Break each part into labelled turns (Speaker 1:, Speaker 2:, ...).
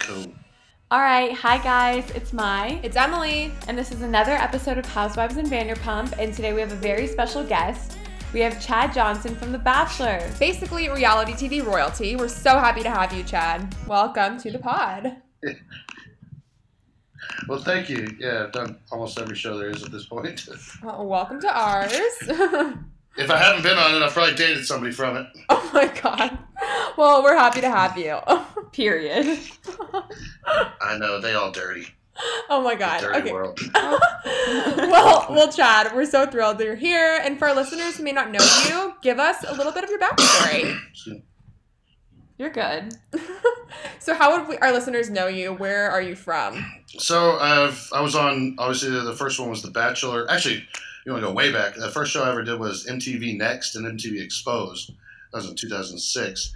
Speaker 1: Cool.
Speaker 2: All right, hi guys, it's Mai,
Speaker 3: It's Emily.
Speaker 2: and this is another episode of Housewives and Vanderpump, and today we have a very special guest. We have Chad Johnson from The Bachelor.
Speaker 3: Basically, reality TV royalty. We're so happy to have you, Chad. Welcome to the pod.
Speaker 1: Well, thank you. Yeah, I've done almost every show there is at this point.
Speaker 2: Oh,
Speaker 3: Well, welcome to ours.
Speaker 1: if I haven't been on it, I've probably dated somebody from it.
Speaker 3: oh my god. Well, we're happy to have you.
Speaker 2: Period.
Speaker 1: I know they all dirty.
Speaker 3: Oh my
Speaker 1: The
Speaker 3: god.
Speaker 1: dirty
Speaker 3: Okay.
Speaker 1: world.
Speaker 3: well, well, Chad, we're so thrilled that you're here. And for our listeners who may not know you, give us a little bit of your backstory.
Speaker 2: You're good.
Speaker 3: So, how would we, our listeners know you? Where are you from?
Speaker 1: So I've I was on obviously the, the first one was The Bachelor. Actually, you want to go way back. The first show I ever did was MTV Next and MTV Exposed. That was in 2006.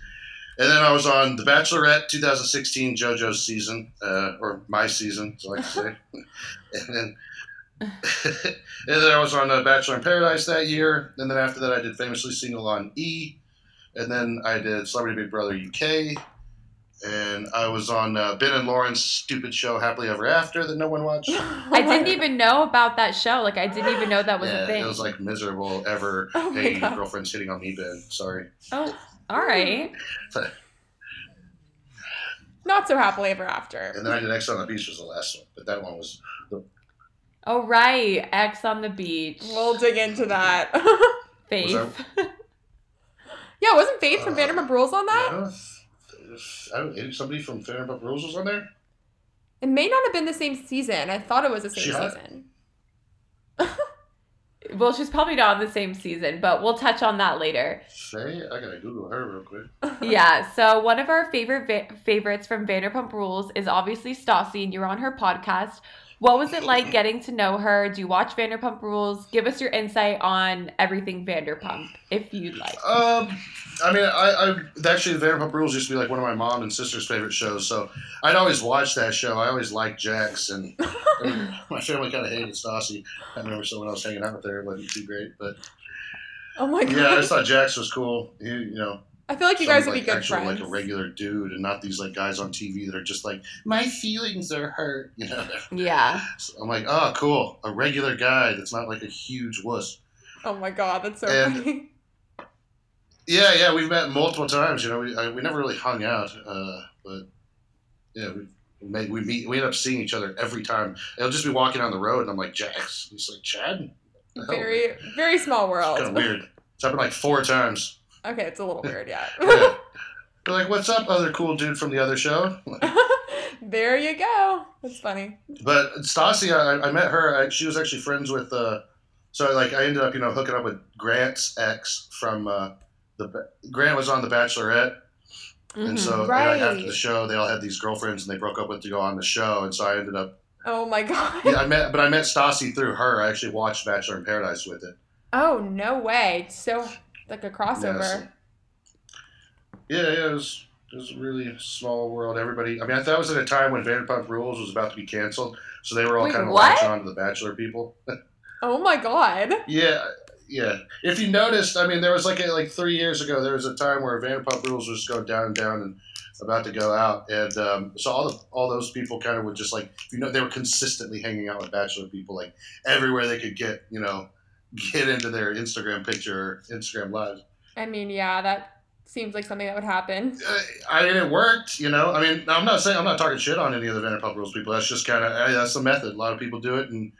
Speaker 1: And then I was on The Bachelorette 2016 JoJo's season, uh, or my season, as I like to say. and then and then I was on uh, Bachelor in Paradise that year. And then after that, I did Famously Single on E. And then I did Celebrity Big Brother UK and I was on uh, Ben and Lauren's stupid show, Happily Ever After, that no one watched.
Speaker 2: I didn't even know about that show. Like, I didn't even know that was a
Speaker 1: yeah,
Speaker 2: thing.
Speaker 1: it was like miserable ever.
Speaker 3: Oh my
Speaker 1: hey,
Speaker 3: God.
Speaker 1: girlfriend's hitting on me, Ben. Sorry.
Speaker 2: oh, all right.
Speaker 3: Not so happily ever after.
Speaker 1: And then I did X on the Beach was the last one, but that one was
Speaker 2: Oh, right. X on the beach.
Speaker 3: We'll dig into that.
Speaker 2: Faith.
Speaker 1: was
Speaker 3: yeah, wasn't Faith from
Speaker 1: Uh,
Speaker 3: Vanderpump Rules on that?
Speaker 1: I, no, I don't. is Somebody from Vanderpump Rules was on there.
Speaker 3: It may not have been the same season. I thought it was the same
Speaker 1: She hot?
Speaker 3: season.
Speaker 2: Well, she's probably not on the same season, but we'll touch on that later.
Speaker 1: Say, I gotta Google her real quick.
Speaker 2: yeah. So one of our favorite va- favorites from Vanderpump Rules is obviously Stassi, and you're on her podcast. What was it like getting to know her? Do you watch Vanderpump Rules? Give us your insight on everything Vanderpump, if you'd like.
Speaker 1: Um, I mean, I, I actually Vanderpump Rules used to be like one of my mom and sister's favorite shows, so I'd always watch that show. I always liked Jax, and my family kind of hated Stassi. I remember someone else hanging out with her; it wasn't too great, but
Speaker 3: Oh my god.
Speaker 1: yeah, I just thought Jax was cool. He, you know,
Speaker 3: I feel like you guys
Speaker 1: some,
Speaker 3: would
Speaker 1: like,
Speaker 3: be good
Speaker 1: actual,
Speaker 3: friends.
Speaker 1: like a regular dude, and not these like guys on TV that are just like my feelings are hurt. You know,
Speaker 2: Yeah.
Speaker 1: So I'm like, oh, cool, a regular guy that's not like a huge wuss.
Speaker 3: oh my god, that's so
Speaker 1: And-
Speaker 3: funny.
Speaker 1: Yeah, yeah, we've met multiple times. You know, we I, we never really hung out, uh, but yeah, we we made, we meet we end up seeing each other every time. It'll just be walking down the road, and I'm like, Jax. He's like, Chad. What the hell?
Speaker 3: Very, very small
Speaker 1: It's kind of
Speaker 3: world.
Speaker 1: weird. It's happened like four times.
Speaker 3: Okay, it's a little weird, yeah.
Speaker 1: Yeah. They're like, what's up, other cool dude from the other show?
Speaker 3: there you go. That's funny.
Speaker 1: But Stassi, I, I met her. I, she was actually friends with. Uh, so like, I ended up you know hooking up with Grant's ex from uh, the Ba- Grant was on The Bachelorette.
Speaker 2: Mm-hmm.
Speaker 1: And so and, like, after the
Speaker 3: Right.
Speaker 1: show, they all had these girlfriends, and they broke up with to go on the show. And so I ended up,
Speaker 3: Oh my god.
Speaker 1: yeah, I met, but I met Stassi through her. I actually watched Bachelor in Paradise with it.
Speaker 3: Oh no way. It's So like a crossover.
Speaker 1: Yeah, so- Yeah, yeah, it was, it was a really small world. Everybody, I mean, I thought it was at a time when Vanderpump Rules was about to be canceled, so they were all
Speaker 2: Wait,
Speaker 1: kind of
Speaker 2: what?
Speaker 1: latching on to the Bachelor people.
Speaker 3: oh my god.
Speaker 1: Yeah, yeah. If you noticed, I mean, there was like a, like three years ago, there was a time where Vanderpump Rules was going down and down and about to go out, and um, so all the all those people kind of would just like you know they were consistently hanging out with Bachelor people like everywhere they could get you know get into their Instagram picture, or Instagram lives.
Speaker 3: I mean, yeah, that seems like something that would happen.
Speaker 1: Uh, I mean, it worked, you know. I mean, I'm not saying I'm not talking shit on any of the Vanderpump Rules people. That's just kind of that's the method. A lot of people do it, and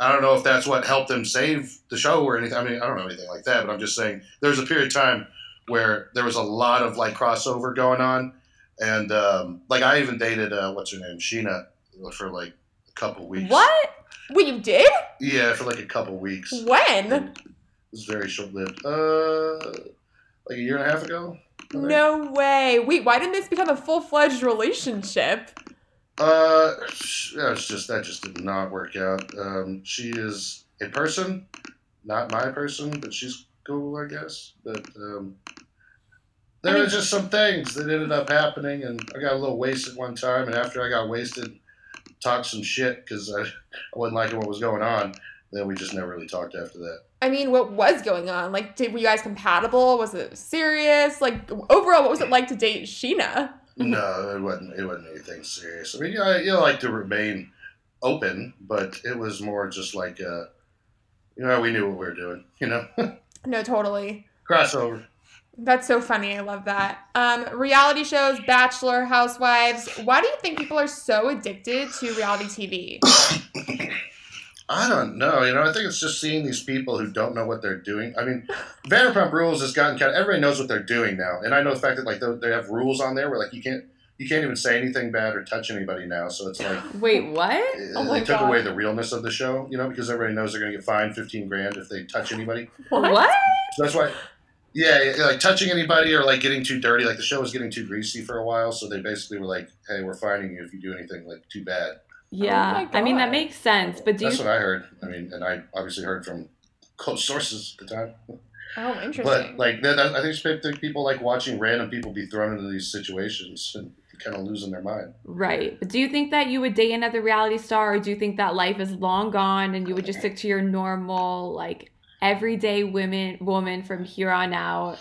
Speaker 1: I don't know if that's what helped them save the show or anything. I mean, I don't know anything like that, but I'm just saying there was a period of time where there was a lot of like crossover going on, and um, like I even dated uh, what's her name, Sheena, for like a couple weeks.
Speaker 2: What?
Speaker 3: Wait, you did?
Speaker 1: Yeah, for like a couple weeks.
Speaker 3: When?
Speaker 1: And It was very short lived. Uh, like a year and a half ago. I think.
Speaker 3: No way. Wait, why didn't this become a full fledged relationship?
Speaker 1: Uh, that was just that just did not work out. Um, she is a person, not my person, but she's cool, I guess. But um, there were just some things that ended up happening, and I got a little wasted one time. And after I got wasted, talked some shit because I, I wasn't liking what was going on. Then we just never really talked after that.
Speaker 3: I mean, what was going on? Like, did were you guys compatible? Was it serious? Like, overall, what was it like to date Sheena?
Speaker 1: No, it wasn't. It wasn't anything serious. I mean, you, know, you like to remain open, but it was more just like, uh, you know, we knew what we were doing. You know,
Speaker 3: No, totally.
Speaker 1: crossover.
Speaker 3: That's so funny. I love that. Um, reality shows, Bachelor, Housewives. Why do you think people are so addicted to reality TV?
Speaker 1: I don't know. You know, I think it's just seeing these people who don't know what they're doing. I mean, Vanderpump Rules has gotten kind of everybody knows what they're doing now, and I know the fact that like they they have rules on there where like you can't you can't even say anything bad or touch anybody now. So it's like
Speaker 2: Wait, what?
Speaker 1: it
Speaker 3: Oh my
Speaker 1: it took
Speaker 3: God.
Speaker 1: away the realness of the show, you know, because everybody knows they're going to get fined fifteen grand if they touch anybody.
Speaker 2: What?
Speaker 3: Oh
Speaker 1: So that's why, yeah, yeah, like touching anybody or like getting too dirty. Like the show was getting too greasy for a while, so they basically were like, "Hey, we're fining you if you do anything like too bad."
Speaker 2: Yeah.
Speaker 3: my
Speaker 2: I mean,
Speaker 3: God.
Speaker 2: that makes sense. But do
Speaker 1: that's
Speaker 2: you
Speaker 1: what I heard. I mean, and I obviously heard from close sources at the time.
Speaker 3: Oh, interesting.
Speaker 1: But like, that, that- I think it's been- think people like watching random people be thrown into these situations and kind of losing their mind.
Speaker 2: Right. But do you think that you would date another reality star or do you think that life is long gone and you would just stick to your normal like everyday women woman from here on out?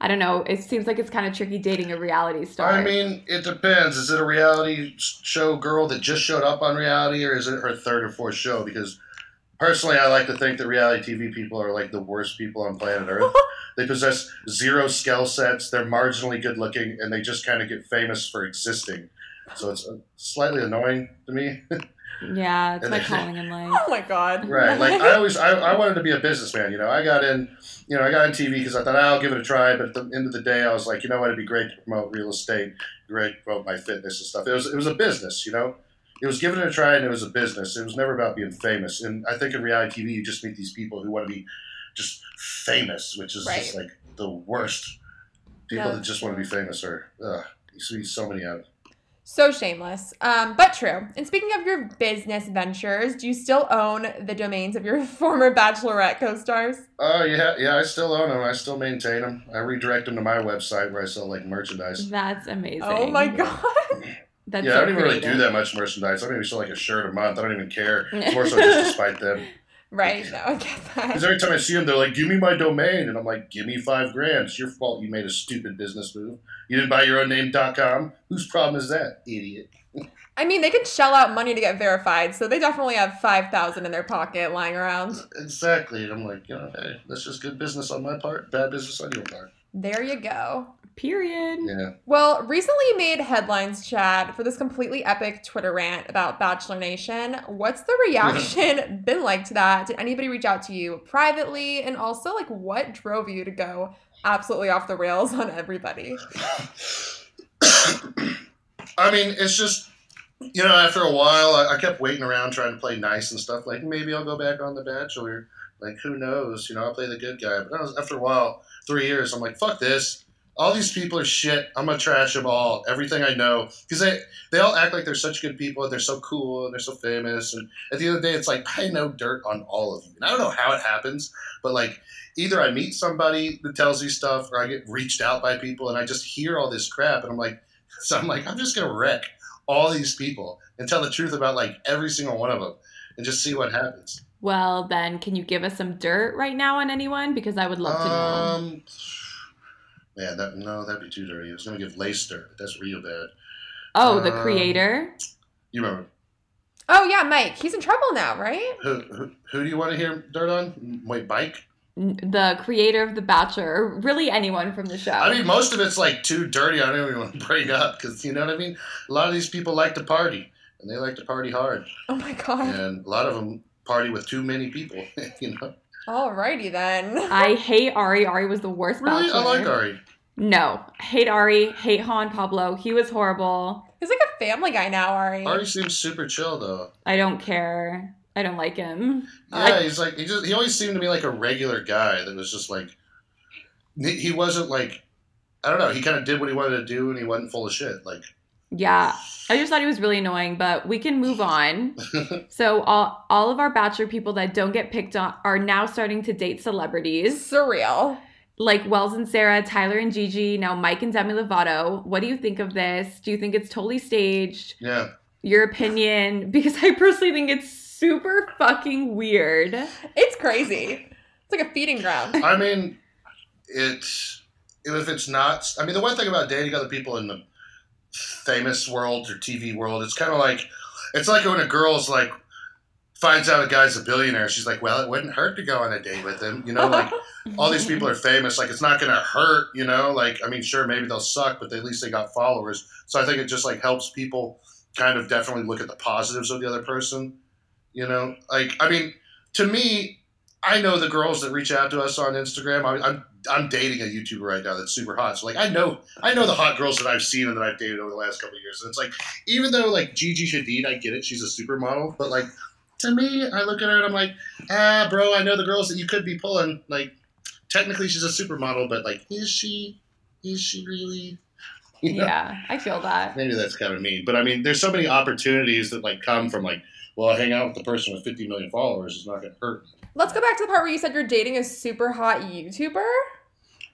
Speaker 2: I don't know. It seems like it's kind of tricky dating a reality star.
Speaker 1: I mean, it depends. Is it a reality s- show girl that just showed up on reality, or is it her third or fourth show? Because personally, I like to think that reality TV people are like the worst people on planet Earth. they possess zero skill sets, they're marginally good looking, and they just kind of get famous for existing. So it's uh, slightly annoying to me.
Speaker 2: yeah, it's
Speaker 1: And
Speaker 2: my
Speaker 1: then-
Speaker 2: calling in life.
Speaker 3: oh my god.
Speaker 1: Right. Like I always, I, I wanted to be a businessman. You know, I got in, you know, I got in TV because I thought I'll give it a try. But at the end of the day, I was like, you know what, it'd be great to promote real estate, great to promote my fitness and stuff. It was, it was a business. You know, it was giving it a try, and it was a business. It was never about being famous. And I think in reality TV, you just meet these people who want to be just famous, which is just like the worst. People
Speaker 3: No.
Speaker 1: that just want to be famous are. Ugh, you see so many of them.
Speaker 3: So shameless, um, but true. And speaking of your business ventures, do you still own the domains of your former Bachelorette co-stars?
Speaker 1: Oh yeah, yeah. I still own them. I still maintain them. I redirect them to my website where I sell like merchandise.
Speaker 2: That's amazing.
Speaker 3: Oh my god.
Speaker 2: That's
Speaker 1: yeah,
Speaker 2: so
Speaker 1: I don't even really do
Speaker 2: creative.
Speaker 1: that much merchandise. I mean, we sell like a shirt a month. I don't even care. It's more so just despite them.
Speaker 3: Right. No, I get
Speaker 1: Because
Speaker 3: that.
Speaker 1: every time I see them, they're like, "Give me my domain," and I'm like, "Give me five grand. It's your fault. You made a stupid business move. You didn't buy your own name.com. Whose problem is that, idiot?"
Speaker 3: I mean, they can shell out money to get verified, so they definitely have five thousand in their pocket lying around.
Speaker 1: Exactly. And I'm like, you know, hey, that's just good business on my part, bad business on your part.
Speaker 3: There you go.
Speaker 2: Period.
Speaker 1: Yeah.
Speaker 3: Well, recently you made headlines, Chad, for this completely epic Twitter rant about Bachelor Nation. What's the reaction been like to that? Did anybody reach out to you privately? And also, like, what drove you to go absolutely off the rails on everybody?
Speaker 1: I mean, it's just, you know, after a while, I, I kept waiting around trying to play nice and stuff. Like, maybe I'll go back on The Bachelor. Like, who knows? You know, I'll play the good guy. But I was, after a while, three years, I'm like, fuck this. All these people are shit. I'm going to trash them all. Everything I know. Because they, they all act like they're such good people and they're so cool and they're so famous. And at the end of the day, it's like, I know dirt on all of you. And I don't know how it happens, but like, either I meet somebody that tells me stuff or I get reached out by people and I just hear all this crap. And I'm like, so I'm like, I'm just gonna wreck all these people and tell the truth about like every single one of them, and just see what happens.
Speaker 2: Well, then can you give us some dirt right now on anyone because I would love to know.
Speaker 1: Um, man, that no, that'd be too dirty. I was gonna give Leicester, but that's real bad.
Speaker 2: Oh, the
Speaker 1: um,
Speaker 2: creator?
Speaker 1: You remember
Speaker 3: Oh, yeah, Mike. He's in trouble now, right?
Speaker 1: who? Who, who do you want to hear dirt on? Wait, Mike.
Speaker 2: N- The creator of The Bachelor, or really anyone from the show.
Speaker 1: I mean, most of it's like too dirty. I don't even want to bring up because you know what I mean. A lot of these people like to party, and they like to party hard,
Speaker 3: Oh, my God.
Speaker 1: and a lot of them party with too many people. you know,
Speaker 3: Alrighty then.
Speaker 2: I hate Ari. Ari was the worst
Speaker 1: really, I
Speaker 2: bachelor.
Speaker 1: like Ari.
Speaker 2: No, hate Ari. Hate Juan Pablo. He was horrible.
Speaker 3: He's like a family guy now, Ari.
Speaker 1: Ari seems super chill though.
Speaker 2: I don't care. I don't like him.
Speaker 1: Yeah, he's like he just he always seemed to me like a regular guy that was just like he he wasn't like I don't know, he kind of did what he wanted to do and he wasn't full of shit. Like
Speaker 2: Yeah. I just thought he was really annoying, but we can move on. so all all of our bachelor people that don't get picked on are now starting to date celebrities
Speaker 3: Surreal.
Speaker 2: like Wells and Sarah, Tyler and Gigi, now Mike and Demi Lovato. What do you think of this? Do you think it's totally staged?
Speaker 1: Yeah.
Speaker 2: Your opinion? Because I personally think it's super fucking weird.
Speaker 3: It's crazy. It's like a feeding ground.
Speaker 1: I mean, it's if it's not. I mean, the one thing about dating other people in the famous world or TV world, it's kind of like it's like when a girl's like finds out a guy's a billionaire. She's like, well, it wouldn't hurt to go on a date with him. You know, like all these people are famous. Like it's not going to hurt. You know, like I mean, sure, maybe they'll suck, but at least they got followers. So I think it just like helps people kind of definitely look at the positives of the other person. You know, like I mean, to me, I know the girls that reach out to us on Instagram. I, I'm I'm dating a YouTuber right now that's super hot. So like I know I know the hot girls that I've seen and that I've dated over the last couple of years. And it's like even though like Gigi Hadid, I get it, she's a supermodel, but like to me, I look at her and I'm like, ah, bro, I know the girls that you could be pulling. Like technically, she's a supermodel, but like, is she? Is she really? You know?
Speaker 2: Yeah, I feel that.
Speaker 1: Maybe that's kind of mean, but I mean, there's so many opportunities that like come from like, well, I hang out with the person with 50 million followers. It's not gonna hurt.
Speaker 3: Let's go back to the part where you said you're dating a super hot YouTuber.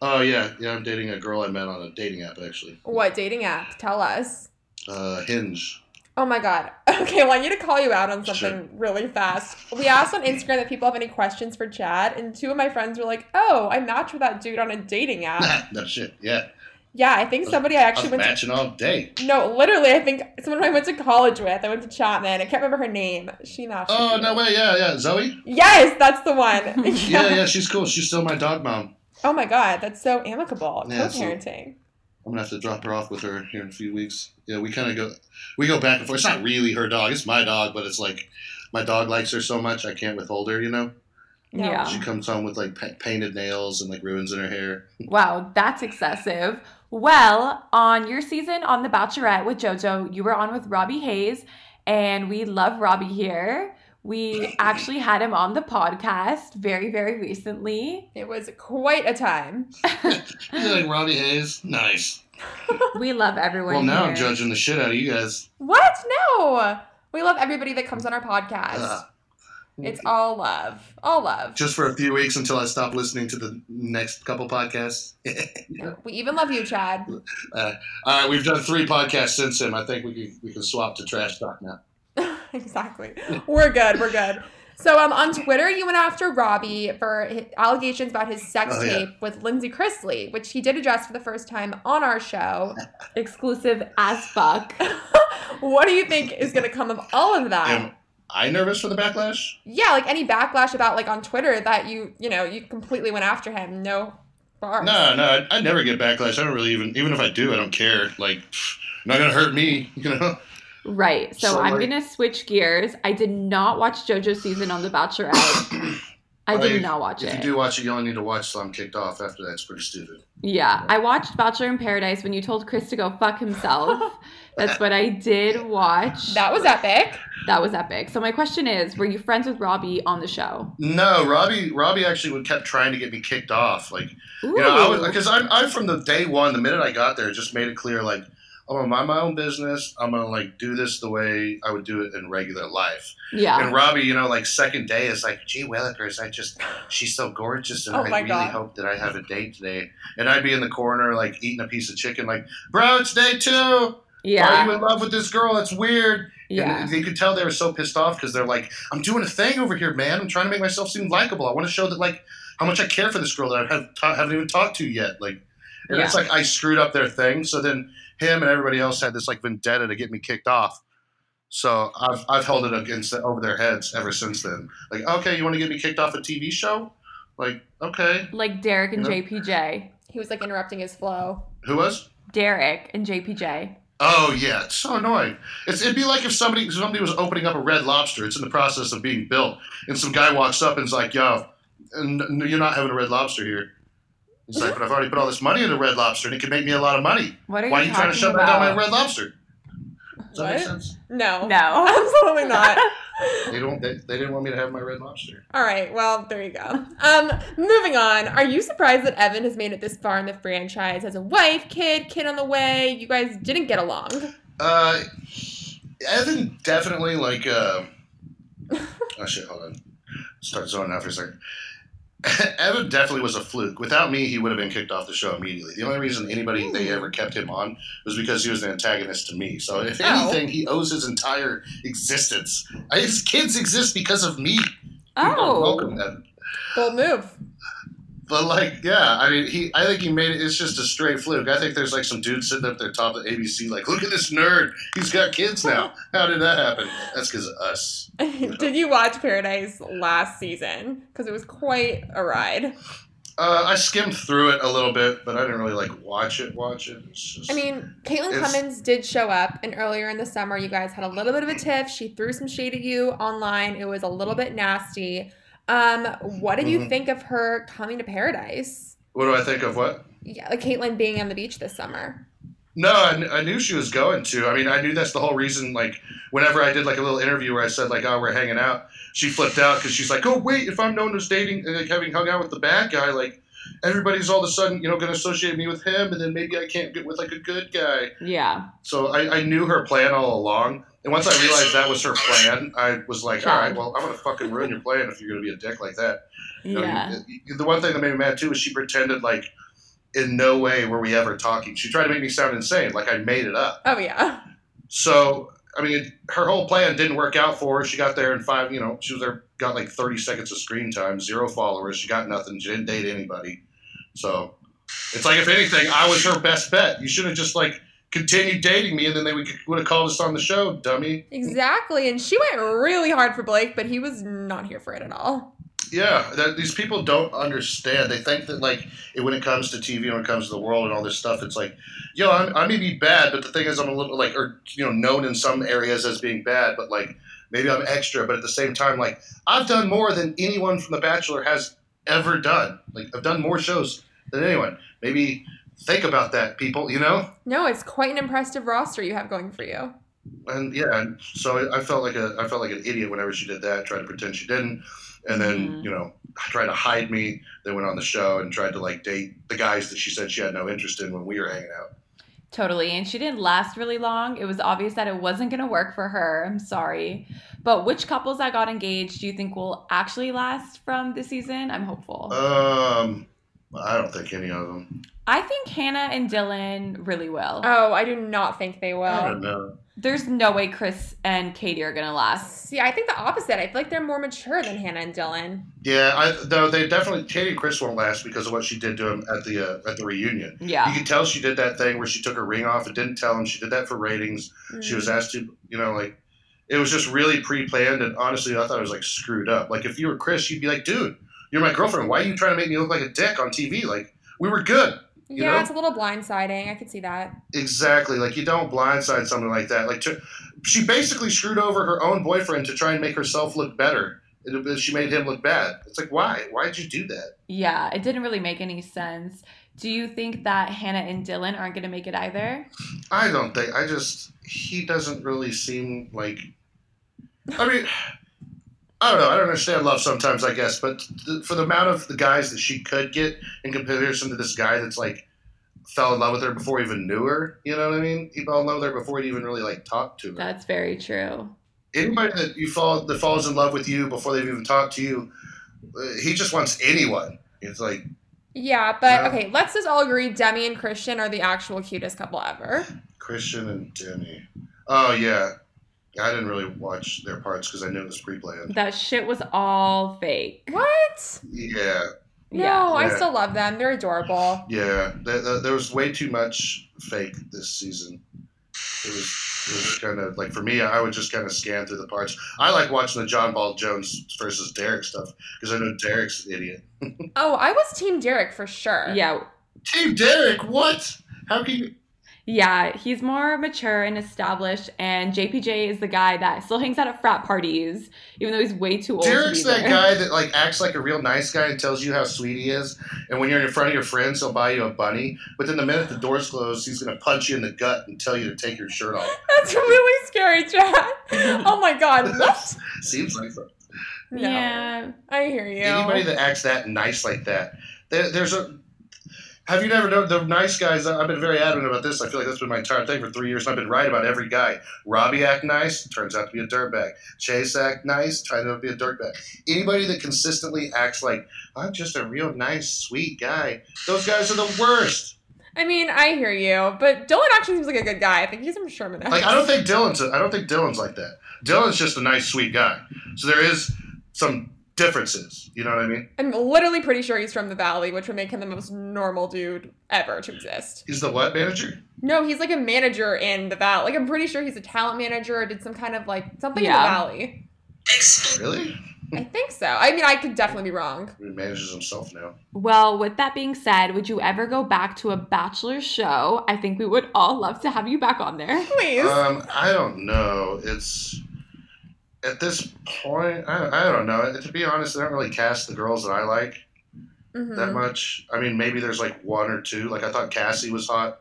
Speaker 1: Oh yeah, yeah. I'm dating a girl I met on a dating app actually.
Speaker 3: What dating app? Tell us.
Speaker 1: Uh, Hinge.
Speaker 3: Oh my god. Okay, well, I need to call you out on something really fast. We asked on Instagram that people have any questions for Chad, and two of my friends were like, "Oh, I matched with that dude on a dating app."
Speaker 1: no shit. Yeah,
Speaker 3: yeah, I think somebody I
Speaker 1: I was
Speaker 3: actually went to
Speaker 1: matching all day.
Speaker 3: No, literally, I think someone I went to college with. I went to Chapman. I can't remember her name. She matched. with
Speaker 1: Oh
Speaker 3: me.
Speaker 1: no way. Yeah, yeah. Zoe.
Speaker 3: Yes, that's the one.
Speaker 1: Yeah, yeah. She's cool. She's still my dog mom.
Speaker 3: Oh my god, that's so amicable.
Speaker 1: Yeah, so-
Speaker 3: Co-parenting.
Speaker 1: I'm gonna have to drop her off with her here in a few weeks. Yeah, we kind of go, we go back and forth. It's not really her dog. It's my dog, but it's like my dog likes her so much I can't withhold her. You know,
Speaker 3: Yeah.
Speaker 2: Yeah.
Speaker 1: she comes home with like pa- painted nails and like ruins in her hair.
Speaker 2: Wow, that's excessive. Well, on your season on The Bachelorette with JoJo, you were on with Robbie Hayes, and we love Robbie here. We actually had him on the podcast very, very recently.
Speaker 3: It was quite a time.
Speaker 1: You're like Robbie Hayes. Nice.
Speaker 2: We love everyone.
Speaker 1: well, now I'm
Speaker 2: here.
Speaker 1: judging the shit out of you guys.
Speaker 3: What? No, we love everybody that comes on our podcast.
Speaker 1: Ugh.
Speaker 3: It's all love, all love.
Speaker 1: Just for a few weeks until I stop listening to the next couple podcasts.
Speaker 3: We even love you, Chad.
Speaker 1: All right, we've done three podcasts since him. I think we can we can swap to trash talk now.
Speaker 3: exactly. We're good. We're good. So um, on Twitter, you went after Robbie for hi- allegations about his sex
Speaker 1: Oh, yeah.
Speaker 3: tape with Lindsay Chrisley, which he did address for the first time on our show.
Speaker 2: Exclusive as fuck.
Speaker 3: what do you think is going to come of all of that?
Speaker 1: Am I nervous for the backlash?
Speaker 3: yeah, like any backlash about like on Twitter that you you know you completely went after him. No bars.
Speaker 1: No, no, I, I never get backlash. I don't really even even if I do, I don't care. Like, pfft, not gonna hurt me, you know.
Speaker 2: Right. So,
Speaker 1: So,
Speaker 2: I'm
Speaker 1: like-
Speaker 2: gonna switch gears. I did not watch JoJo season on The Bachelorette. I
Speaker 1: Well,
Speaker 2: did
Speaker 1: if-
Speaker 2: not watch
Speaker 1: If
Speaker 2: it.
Speaker 1: you do watch it, you only need to watch till I'm kicked off. After that's pretty stupid.
Speaker 2: Yeah, I watched Bachelor in Paradise when you told Chris to go fuck himself. That's what I did watch.
Speaker 3: That was epic.
Speaker 2: That was epic. So my question is, were you friends with Robbie on the show?
Speaker 1: No, Robbie, Robbie actually would kept trying to get me kicked off. Like,
Speaker 2: Ooh.
Speaker 1: you know, I was because I'm I'm from the day one. The minute I got there, it just made it clear like. I'm gonna mind my own business. I'm gonna like do this the way I would do it in regular life.
Speaker 2: yeah.
Speaker 1: And Robbie, you know, like second day is like, gee willikers, I just she's so gorgeous and
Speaker 3: Oh
Speaker 1: I
Speaker 3: my
Speaker 1: really
Speaker 3: God.
Speaker 1: hope that I have a date today. And I'd be in the corner like eating a piece of chicken, like, bro, it's day two. Why are you
Speaker 2: Yeah.
Speaker 1: in love with this girl? It's weird.
Speaker 2: Yeah.
Speaker 1: And you could tell they were so pissed off because they're like, I'm doing a thing over here, man. I'm trying to make myself seem likable. I want to show that like how much I care for this girl that I have ta- haven't even talked to yet. Like, and it's like I screwed up their thing. So then him and everybody else had this like vendetta to get me kicked off. So I've I've held it against the, over their heads ever since then. Like, okay, you want to get me kicked off a TV show? Like, okay,
Speaker 2: Like Derek and
Speaker 1: You know?
Speaker 2: JPJ.
Speaker 3: He was like interrupting his flow.
Speaker 1: who was?
Speaker 2: Derek and JPJ.
Speaker 1: Oh yeah, it's so annoying. It's, it'd be like if somebody somebody was opening up a Red Lobster. It's in the process of being built, and some guy walks up and is like, "Yo, n- n- you're not having a Red Lobster here." He's like, "But I've already put all this money into Red Lobster, and it could make me a lot of money.
Speaker 2: What are
Speaker 1: Why are
Speaker 2: you,
Speaker 1: you
Speaker 2: talking
Speaker 1: trying to shut me down
Speaker 2: about?
Speaker 1: my Red Lobster?" Does that make
Speaker 3: What?
Speaker 1: sense?
Speaker 3: No,
Speaker 2: No.
Speaker 3: absolutely not.
Speaker 1: They don't. They, they didn't want me to have my Red Lobster.
Speaker 3: All right, well, there you go. Um, moving on. Are you surprised that Evan has made it this far in the franchise? Has a wife, kid, kid on the way. You guys didn't get along.
Speaker 1: Uh, Evan definitely like. Uh, oh shit! Hold on. Start zoning out for a second. Evan definitely was a fluke. Without me, he would have been kicked off the show immediately. The only reason anybody they ever kept him on was because he was an antagonist to me. So if
Speaker 3: Oh.
Speaker 1: anything, he owes his entire existence. Uh, His kids exist because of me. You're
Speaker 2: Oh,
Speaker 1: welcome, Evan.
Speaker 3: Bold move.
Speaker 1: But like, yeah, I mean, he. I think he made it. It's just a straight fluke. I think there's like some dude sitting up there top of ABC, like, look at this nerd. He's got kids now. How did that happen? That's because of us.
Speaker 3: Did you watch Paradise last season? Because it was quite a ride.
Speaker 1: Uh, I skimmed through it a little bit, but I didn't really like watch it. Watch it. It's just,
Speaker 3: I mean, Caitlin
Speaker 1: It's-
Speaker 3: Cummins did show up, and earlier in the summer, you guys had a little bit of a tiff. She threw some shade at you online. It was a little bit nasty. Um, what did you
Speaker 1: Mhm.
Speaker 3: think of her coming to Paradise?
Speaker 1: what do I think of what?
Speaker 3: Yeah, like Caitlin being on the beach this summer.
Speaker 1: No, I, kn- I knew she was going to. I mean, I knew that's the whole reason. Like, whenever I did like a little interview where I said like, "Oh, we're hanging out," she flipped out because she's like, "Oh, wait, if I'm known as dating and like having hung out with the bad guy, like everybody's all of a sudden you know going to associate me with him, and then maybe I can't get with like a good guy."
Speaker 2: Oh. yeah.
Speaker 1: So I, I knew her plan all along. And once I realized that was her plan, I was like, all right, well, I'm going to fucking ruin your plan if you're going to be a dick like that. You know,
Speaker 2: Yeah.
Speaker 1: you- the one thing that made me mad, too, is she pretended like in no way were we ever talking. She tried to make me sound insane, like I made it up.
Speaker 3: Oh yeah,
Speaker 1: So, I mean, her whole plan didn't work out for her. She got there in five, you know, she was there, got like 30 seconds of screen time, zero followers. She got nothing. She didn't date anybody. So, it's like, if anything, I was her best bet. You should have just like continued dating me and then they would have called us on the show, dummy.
Speaker 3: exactly. And she went really hard for Blake, but he was not here for it at all.
Speaker 1: Yeah, that, these people don't understand. They think that like it, when it comes to TV, when it comes to the world and all this stuff, it's like, yo, I'm, I may be bad, but the thing is, I'm a little like, or you know, known in some areas as being bad, but like maybe I'm extra. But at the same time, like I've done more than anyone from The Bachelor has ever done. Like I've done more shows than anyone. Maybe think about that, people. You know.
Speaker 3: No, it's quite an impressive roster you have going for you.
Speaker 1: And yeah, and so I I felt like a I felt like an idiot whenever she did that, tried to pretend she didn't, and then
Speaker 2: Mhm.
Speaker 1: you know tried to hide me. Then went on the show and tried to like date the guys that she said she had no interest in when we were hanging out.
Speaker 2: Totally. And she didn't last really long. It was obvious that it wasn't going to work for her. I'm sorry. But which couples that got engaged do you think will actually last from this season? I'm hopeful.
Speaker 1: Um, I don't think any of them.
Speaker 2: I think Hannah and Dylan really will.
Speaker 3: Oh, I do not think they
Speaker 1: I
Speaker 3: will.
Speaker 1: don't know.
Speaker 2: There's no way Chris and Katie are going to last.
Speaker 3: See, I think the opposite. I feel like they're more mature than Hannah and Dylan.
Speaker 1: Yeah, I though they definitely Katie and Chris won't last because of what she did to him at the uh, at the reunion. You
Speaker 2: Yeah.
Speaker 1: can tell she did that thing where she took her ring off and didn't tell him. She did that for ratings. She was asked to, you know, like it was just really pre-planned, and honestly, I thought it was like screwed up. Like if you were Chris, you'd be like, "Dude, you're my girlfriend. Why are you trying to make me look like a dick on TV? Like we were good." you
Speaker 3: yeah,
Speaker 1: know?
Speaker 3: it's a little blindsiding. I could see that.
Speaker 1: Exactly. Like you don't blindside something like that. Like to, she basically screwed over her own boyfriend to try and make herself look better. It, she made him look bad. It's like why? Why would you do that?
Speaker 2: Yeah. It didn't really make any sense. Do you think that Hannah and Dylan aren't going to make it either?
Speaker 1: I don't think. I just he doesn't really seem like. I mean, I don't know. I don't understand love sometimes. I guess, but th- for the amount of the guys that she could get in comparison to this guy that's like fell in love with her before he even knew her. You know what I mean? He fell in love with her before he even really like talked to her.
Speaker 2: That's very true.
Speaker 1: Anybody that you fall that falls in love with you before they've even talked to you, uh, he just wants anyone. It's like
Speaker 3: Yeah, but
Speaker 1: Yeah.
Speaker 3: okay, let's just all agree Demi and Christian are the actual cutest couple ever.
Speaker 1: Christian and Demi. Oh yeah, I didn't really watch their parts because I knew it was pre-planned.
Speaker 2: That shit was all fake.
Speaker 3: What?
Speaker 1: Yeah,
Speaker 3: No,
Speaker 2: Yeah.
Speaker 3: I
Speaker 1: Yeah.
Speaker 3: still love them. They're adorable.
Speaker 1: yeah. There, there, there was way too much fake this season. It was, it was kind of like for me, I would just kind of scan through the parts. I like watching the John Ball Jones versus Derek stuff because I know Derek's an idiot.
Speaker 3: Oh, I was Team Derek for sure.
Speaker 2: Yeah.
Speaker 1: Team Derek, what? How can you?
Speaker 2: Yeah, he's more mature and established, and JPJ is the guy that still hangs out at frat parties, even though he's way too old.
Speaker 1: Derek's
Speaker 2: to be
Speaker 1: that
Speaker 2: there.
Speaker 1: guy that like acts like a real nice guy and tells you how sweet he is, and when you're in front of your friends, he'll buy you a bunny. But then the minute the doors close, he's gonna punch you in the gut and tell you to take your shirt off.
Speaker 3: That's really scary, Chad. Oh my god, what?
Speaker 1: Seems like so.
Speaker 3: No,
Speaker 2: Yeah,
Speaker 3: I hear you.
Speaker 1: Anybody that acts that nice like that, there, there's a Have you never known the nice guys? I've been very adamant about this. I feel like that's been my entire thing for three years. and I've been right about every guy. Robbie act nice, turns out to be a dirtbag. Chase act nice, turns out to be a dirtbag. Anybody that consistently acts like I'm just a real nice, sweet guy, those guys are the worst.
Speaker 3: I mean, I hear you, but Dylan actually seems like a good guy. I think he's from Sherman.
Speaker 1: Like I don't think Dylan's. I don't think Dylan's like that. Dylan's just a nice, sweet guy. So there is some differences. You know what I mean?
Speaker 3: I'm literally pretty sure he's from the Valley, which would make him the most normal dude ever to exist.
Speaker 1: He's the what manager?
Speaker 3: No, he's like a manager in the Valley. Like I'm pretty sure he's a talent manager or did some kind of like something
Speaker 2: Yeah.
Speaker 3: in the Valley.
Speaker 1: Really?
Speaker 3: I think so. I mean, I could definitely be wrong.
Speaker 1: He manages himself now.
Speaker 2: Well, with that being said, would you ever go back to a bachelor show? I think we would all love to have you back on there.
Speaker 3: Please.
Speaker 1: Um, I don't know. It's at this point, I, I don't know. To be honest, I don't really cast the girls that I like that
Speaker 2: Mm-hmm.
Speaker 3: Mhm.
Speaker 1: much. I mean, maybe there's like one or two. Like I thought Cassie was hot.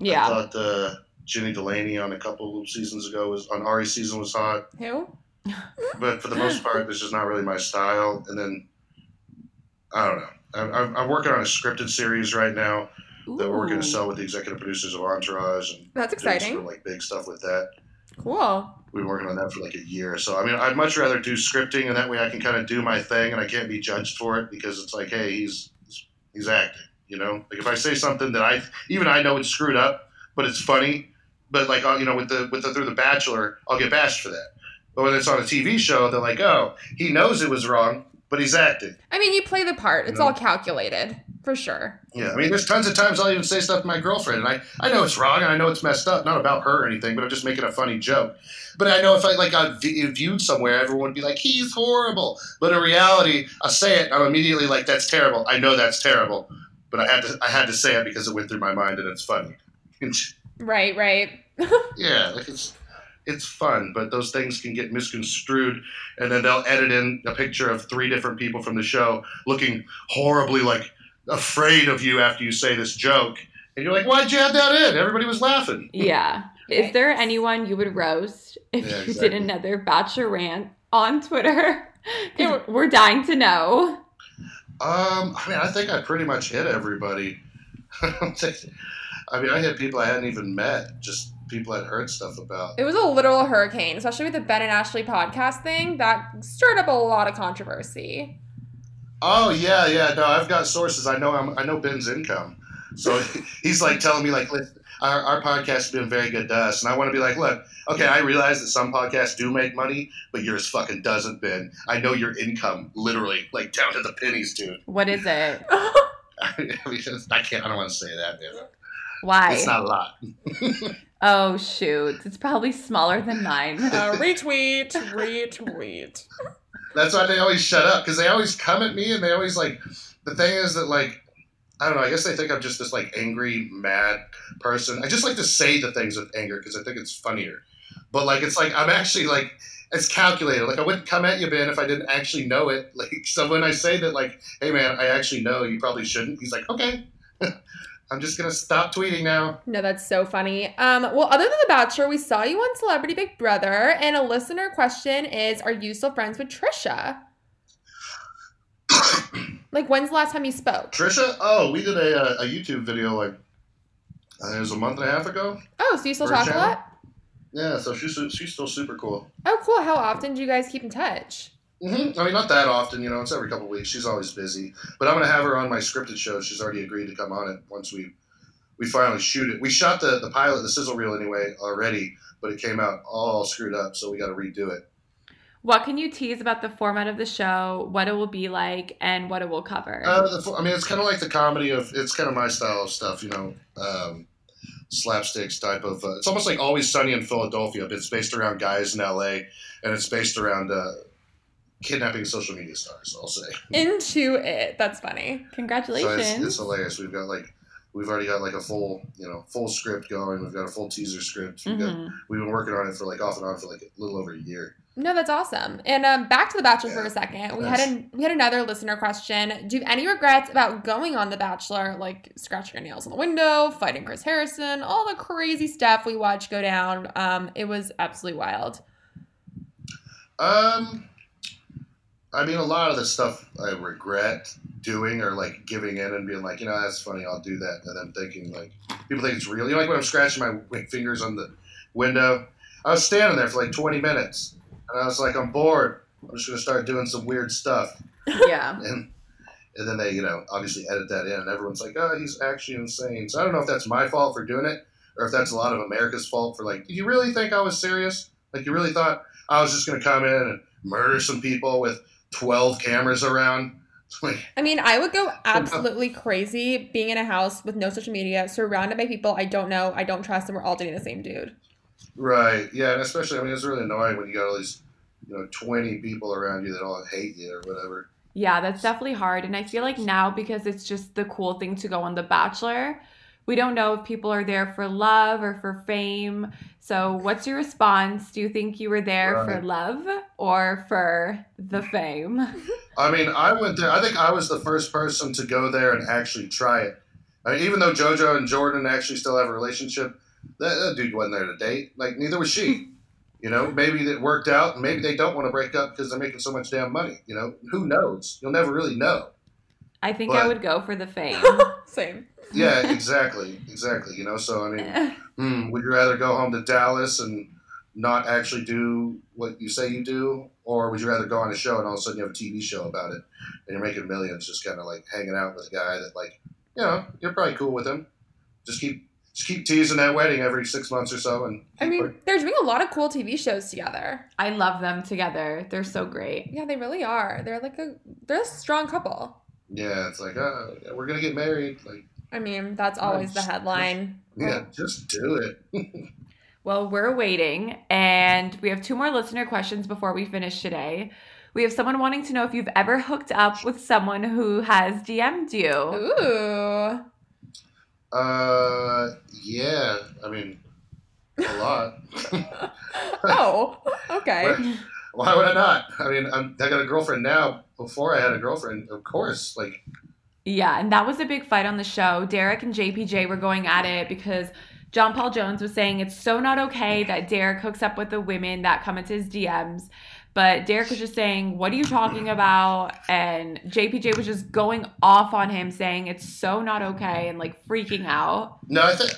Speaker 1: I
Speaker 2: Yeah.
Speaker 1: thought uh, Jenny Delaney on a couple of seasons ago was on Ari's season was hot,
Speaker 3: Who?
Speaker 2: Hmm.
Speaker 1: but for the most part, this is not really my style. And then I don't know. I'm, I'm, I'm working on a scripted series right now that we're going
Speaker 2: Ooh.
Speaker 1: to sell with the executive producers of Entourage and
Speaker 3: That's
Speaker 1: doing some
Speaker 3: exciting.
Speaker 1: like big stuff with that.
Speaker 3: Cool.
Speaker 1: we've been working on that for like a year. So I mean, I'd much rather do scripting, and that way I can kind of do my thing, and I can't be judged for it because it's like, hey, he's he's acting, you know. Like if I say something that I even I know it's screwed up, but it's funny, but like uh, you know, with the with the through the Bachelor, I'll get bashed for that. But when it's on a TV show, they're like, oh, he knows it was wrong, but he's acting.
Speaker 3: I mean, you play the part. It's
Speaker 1: No.
Speaker 3: all calculated for sure.
Speaker 1: Yeah, I mean, there's tons of times I'll even say stuff to my girlfriend, and I, I know it's wrong, and I know it's messed up, not about her or anything, but I'm just making a funny joke. But I know if I like I v- viewed somewhere, everyone would be like, "He's horrible," but in reality, I say it, and I'm immediately like, "That's terrible." I know that's terrible, but I had to, I had to say it because it went through my mind, and it's funny.
Speaker 3: Right. Right.
Speaker 1: yeah, like it's it's fun, but those things can get misconstrued, and then they'll edit in a picture of three different people from the show looking horribly like afraid of you after you say this joke, and you're like, "Why'd you have that in? Everybody was laughing."
Speaker 2: Yeah. Is there anyone you would roast if
Speaker 1: Yeah,
Speaker 2: you
Speaker 1: exactly.
Speaker 2: did another bachelor rant on Twitter? 'Cause
Speaker 3: Yeah.
Speaker 2: we're dying to know.
Speaker 1: Um, I mean, I think I pretty much hit everybody. I mean, I hit people I hadn't even met, just people I'd heard stuff about.
Speaker 3: It was a literal hurricane, especially with the Ben and Ashley podcast thing that stirred up a lot of controversy.
Speaker 1: Oh yeah, yeah. No, I've got sources. I know. I'm, I know Ben's income. So he's like telling me like, listen, our, our podcast has been very good to us, and I want to be like, look, okay, I realize that some podcasts do make money, but yours fucking doesn't, Ben. I know your income, literally, like down to the pennies, dude.
Speaker 2: What is it?
Speaker 1: I, mean, it's- I can't. I don't want to say that, man.
Speaker 2: Why?
Speaker 1: It's not a lot.
Speaker 2: oh shoot. It's probably smaller than mine.
Speaker 3: Uh, retweet, retweet.
Speaker 1: That's why they always shut up because they always come at me and they always like. The thing is that like. I don't know. I guess they think I'm just this like angry, mad person. I just like to say the things with anger because I think it's funnier. But like, it's like I'm actually like it's calculated. Like I wouldn't come at you, Ben, if I didn't actually know it. Like so when I say that, like, hey man, I actually know you probably shouldn't. He's like, okay, I'm just gonna stop tweeting now.
Speaker 3: No, that's so funny. Um, well, other than The Bachelor, we saw you on Celebrity Big Brother, and a listener question is Are you still friends with Trisha? like, when's the last time you spoke?
Speaker 1: Trisha, oh, we did a, uh, a YouTube video like I think it was a month and a half ago.
Speaker 3: Oh, so you still
Speaker 1: Her
Speaker 3: talk a
Speaker 1: channel?
Speaker 3: lot?
Speaker 1: Yeah, so she's she's still super cool.
Speaker 3: Oh, cool. How often do you guys keep in touch?
Speaker 1: hmm I mean, not that often, you know. It's every couple of weeks. She's always busy, but I'm gonna have her on my scripted show. She's already agreed to come on it once we we finally shoot it. We shot the the pilot, the sizzle reel, anyway, already, but it came out all screwed up, so we got to redo it.
Speaker 2: What can you tease about the format of the show, what it will be like, and what it will cover?
Speaker 1: Uh, the, fo- I mean, it's kind of like the comedy of it's kind of my style of stuff, you know, um, slapsticks type of. Uh, it's almost like Always Sunny in Philadelphia, but it's based around guys in L.A. and it's based around uh, kidnapping social media stars. I'll say.
Speaker 3: Into it. That's funny.
Speaker 1: So
Speaker 2: Congratulations.
Speaker 1: it's, it's hilarious. We've got like we've already got like a full you know full script going. We've got a full teaser script. We've, got,
Speaker 2: Mhm.
Speaker 1: we've been working on it for like off and on for like a little over a year.
Speaker 3: No, that's awesome. And um, back to The Bachelor for
Speaker 1: Yeah,
Speaker 3: a second. We
Speaker 1: that's-
Speaker 3: had an, we had another listener question. Do you have any regrets about going on The Bachelor, like scratching your nails on the window, fighting Chris Harrison, all the crazy stuff we watched go down? Um, it was absolutely wild.
Speaker 1: Um, I mean, a lot of the stuff I regret doing or like giving in and being like, you know, that's funny, I'll do that. And then thinking like, people think it's real. You know, like when I'm scratching my w- fingers on the window. I was standing there for like 20 minutes and I was like, I'm bored. I'm just going to start doing some weird stuff.
Speaker 4: Yeah.
Speaker 1: And, and then they, you know, obviously edit that in and everyone's like, oh, he's actually insane. So I don't know if that's my fault for doing it or if that's a lot of America's fault for like, did you really think I was serious? Like, you really thought I was just going to come in and murder some people with 12 cameras around? Like,
Speaker 3: I mean, I would go absolutely crazy being in a house with no social media, surrounded by people I don't know, I don't trust, and we're all dating the same dude.
Speaker 1: Right. Yeah, and especially I mean it's really annoying when you got all these, you know, twenty people around you that all hate you or whatever.
Speaker 2: Yeah, that's definitely hard. And I feel like now because it's just the cool thing to go on The Bachelor, we don't know if people are there for love or for fame. So, what's your response? Do you think you were there
Speaker 1: Right.
Speaker 2: for love or for the fame?
Speaker 1: I mean, I went there. I think I was the first person to go there and actually try it. I mean, even though JoJo and Jordan actually still have a relationship, that, that dude wasn't there to date. Like neither was she. You know, maybe it worked out. Maybe they don't want to break up because they're making so much damn money. You know, who knows? You'll never really know.
Speaker 2: I think I
Speaker 1: But-
Speaker 2: would go for the fame.
Speaker 3: Same.
Speaker 1: Yeah, exactly, exactly. You know, so I mean, Hmm, would you rather go home to Dallas and not actually do what you say you do, or would you rather go on a show and all of a sudden you have a TV show about it and you're making millions just kind of like hanging out with a guy that like you know you're probably cool with him. Just keep just keep teasing that wedding every six months or so, and
Speaker 3: I mean, they're doing a lot of cool TV shows together.
Speaker 2: I love them together. They're so great.
Speaker 3: Yeah, they really are. They're like a they're a strong couple.
Speaker 1: yeah, it's like oh, yeah, we're gonna get married. Like
Speaker 3: I mean, that's always the
Speaker 1: Nice.
Speaker 3: headline.
Speaker 1: yeah, just do it.
Speaker 2: Well, we're waiting, and we have two more listener questions before we finish today. We have someone wanting to know if you've ever hooked up with someone who has DM'd you.
Speaker 3: Ooh.
Speaker 1: Uh, yeah, I mean a lot.
Speaker 3: Oh, okay.
Speaker 1: Why would I not? I mean, I'm, I got a girlfriend now. Before I had a girlfriend, of course. Like,
Speaker 2: Yeah, and that was a big fight on the show. Derek and JPJ were going at it because John Paul Jones was saying it's so not okay that Derek hooks up with the women that come into his DMs. But Derek was just saying, What are you talking about? And JPJ was just going off on him, saying it's so not okay and like freaking out.
Speaker 1: no, I think.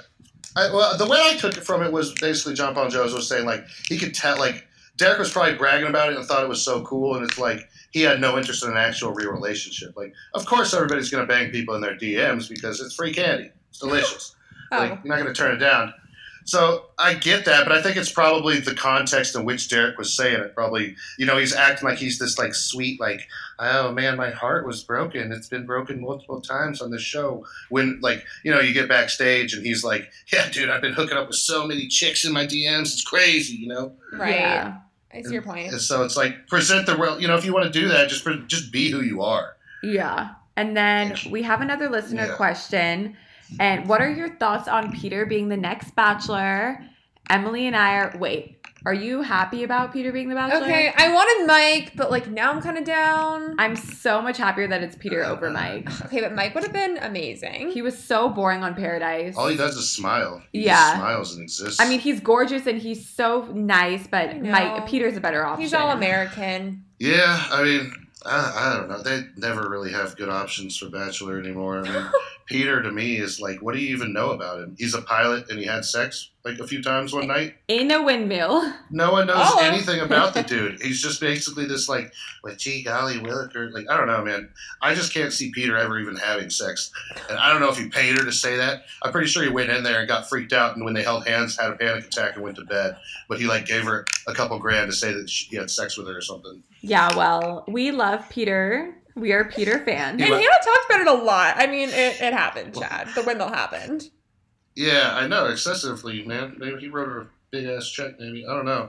Speaker 1: I, well, the way I took it from it was basically John Paul Jones was saying like he could tell like Derek was probably bragging about it and thought it was so cool, and it's like he had no interest in an actual real relationship. Like, of course, everybody's gonna bang people in their DMs because it's free candy. It's delicious.
Speaker 3: Oh.
Speaker 1: Like, you're not going to turn it down. So I get that, but I think it's probably the context in which Derek was saying it. Probably, you know, he's acting like he's this like sweet, like, oh man, my heart was broken. It's been broken multiple times on this show. When like, you know, you get backstage and he's like, yeah, dude, I've been hooking up with so many chicks in my DMs. It's crazy, you know.
Speaker 3: Right.
Speaker 2: Yeah.
Speaker 3: I see your point.
Speaker 1: And so it's like present the real, you know, if you want to do that, just pre- just be who you are.
Speaker 2: Yeah. And then we have another listener
Speaker 1: Yeah.
Speaker 2: question. And what are your thoughts on Peter being the next bachelor? Emily and I are wait, are you happy about Peter being the bachelor?
Speaker 3: Okay, I wanted Mike, but like now I'm kind of down.
Speaker 2: I'm so much happier that it's Peter
Speaker 1: Uh,
Speaker 2: over Mike.
Speaker 3: Okay, but Mike would have been amazing.
Speaker 2: He was so boring on Paradise.
Speaker 1: All he does is smile. He just
Speaker 2: Yeah.
Speaker 1: smiles and exists.
Speaker 2: I mean, he's gorgeous and he's so nice,
Speaker 3: I
Speaker 2: but
Speaker 3: know.
Speaker 2: Mike Peter's a better option.
Speaker 3: He's all American.
Speaker 1: Yeah, I mean, I, I don't know. They never really have good options for Bachelor anymore. I mean, Peter to me is like, what do you even know about him? He's a pilot and he had sex like a few times one night.
Speaker 2: in a windmill.
Speaker 1: No one knows
Speaker 3: Oh.
Speaker 1: anything about the dude. He's just basically this like, well, gee golly Williker. Like, I don't know, man. I just can't see Peter ever even having sex. And I don't know if he paid her to say that. I'm pretty sure he went in there and got freaked out and when they held hands, had a panic attack and went to bed. But he like gave her a couple grand to say that she, he had sex with her or something.
Speaker 2: Yeah, well, we love Peter. We are Peter fans.
Speaker 3: And
Speaker 1: Yeah.
Speaker 3: Hannah talked about it a lot. I mean, it, it happened, Chad. The windmill happened.
Speaker 1: Yeah, I know excessively, man. Maybe he wrote her a big ass check. Maybe I don't know.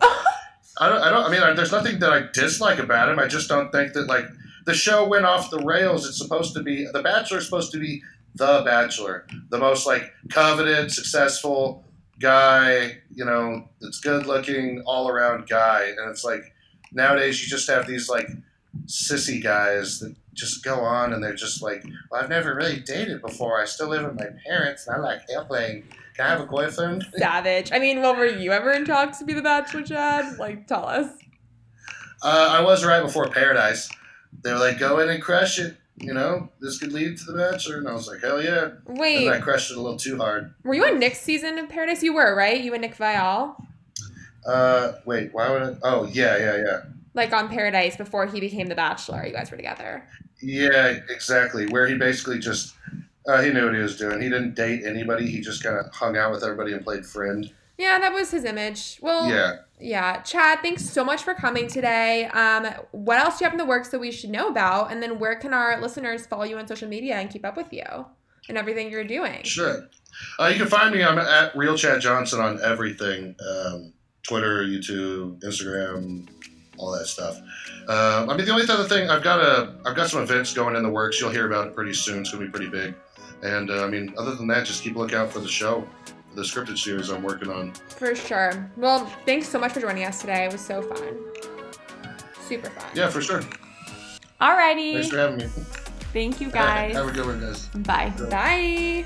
Speaker 1: I don't. I don't. I mean, I, there's nothing that I dislike about him. I just don't think that like the show went off the rails. It's supposed to be The Bachelor is supposed to be the Bachelor, the most like coveted, successful guy. You know, that's good looking, all around guy. And it's like nowadays you just have these like sissy guys that just go on and they're just like, well, I've never really dated before. I still live with my parents and I like airplane. Can I have a boyfriend?
Speaker 3: Savage. I mean, well, were you ever in talks to be the bachelor, Chad? Like, tell us.
Speaker 1: Uh, I was right before Paradise. They were like, go in and crush it. You know, this could lead to the bachelor. And I was like, hell yeah. And I
Speaker 3: Wait,
Speaker 1: crushed it a little too hard.
Speaker 3: were you on Nick's season of Paradise? You were, right? You and Nick Vial?
Speaker 1: Uh, wait, why would I? Oh, yeah, yeah, yeah.
Speaker 3: Like on Paradise before he became The Bachelor. You guys were together.
Speaker 1: Yeah, exactly. Where he basically just, uh, he knew what he was doing. He didn't date anybody. He just kind of hung out with everybody and played friend.
Speaker 3: Yeah, that was his image. Well, yeah.
Speaker 1: Yeah.
Speaker 3: Chad, thanks so much for coming today. Um, what else do you have in the works that we should know about? And then where can our listeners follow you on social media and keep up with you and everything you're doing?
Speaker 1: Sure. Uh, you can find me. I'm at Real Chad Johnson on everything um, Twitter, YouTube, Instagram, all that stuff. Um, I mean, the only other thing I've got a I've got some events going in the works. You'll hear about it pretty soon. It's gonna be pretty big. And uh, I mean, other than that, just keep a lookout for the show, for the scripted series I'm working on.
Speaker 3: For sure. Well, thanks so much for joining us today. It was so fun. Super fun.
Speaker 1: Yeah, for sure. Thanks for
Speaker 2: Alrighty.
Speaker 1: having me.
Speaker 2: Thank you
Speaker 1: All right,
Speaker 2: guys.
Speaker 1: Have a good one, guys.
Speaker 2: Bye.
Speaker 3: Bye.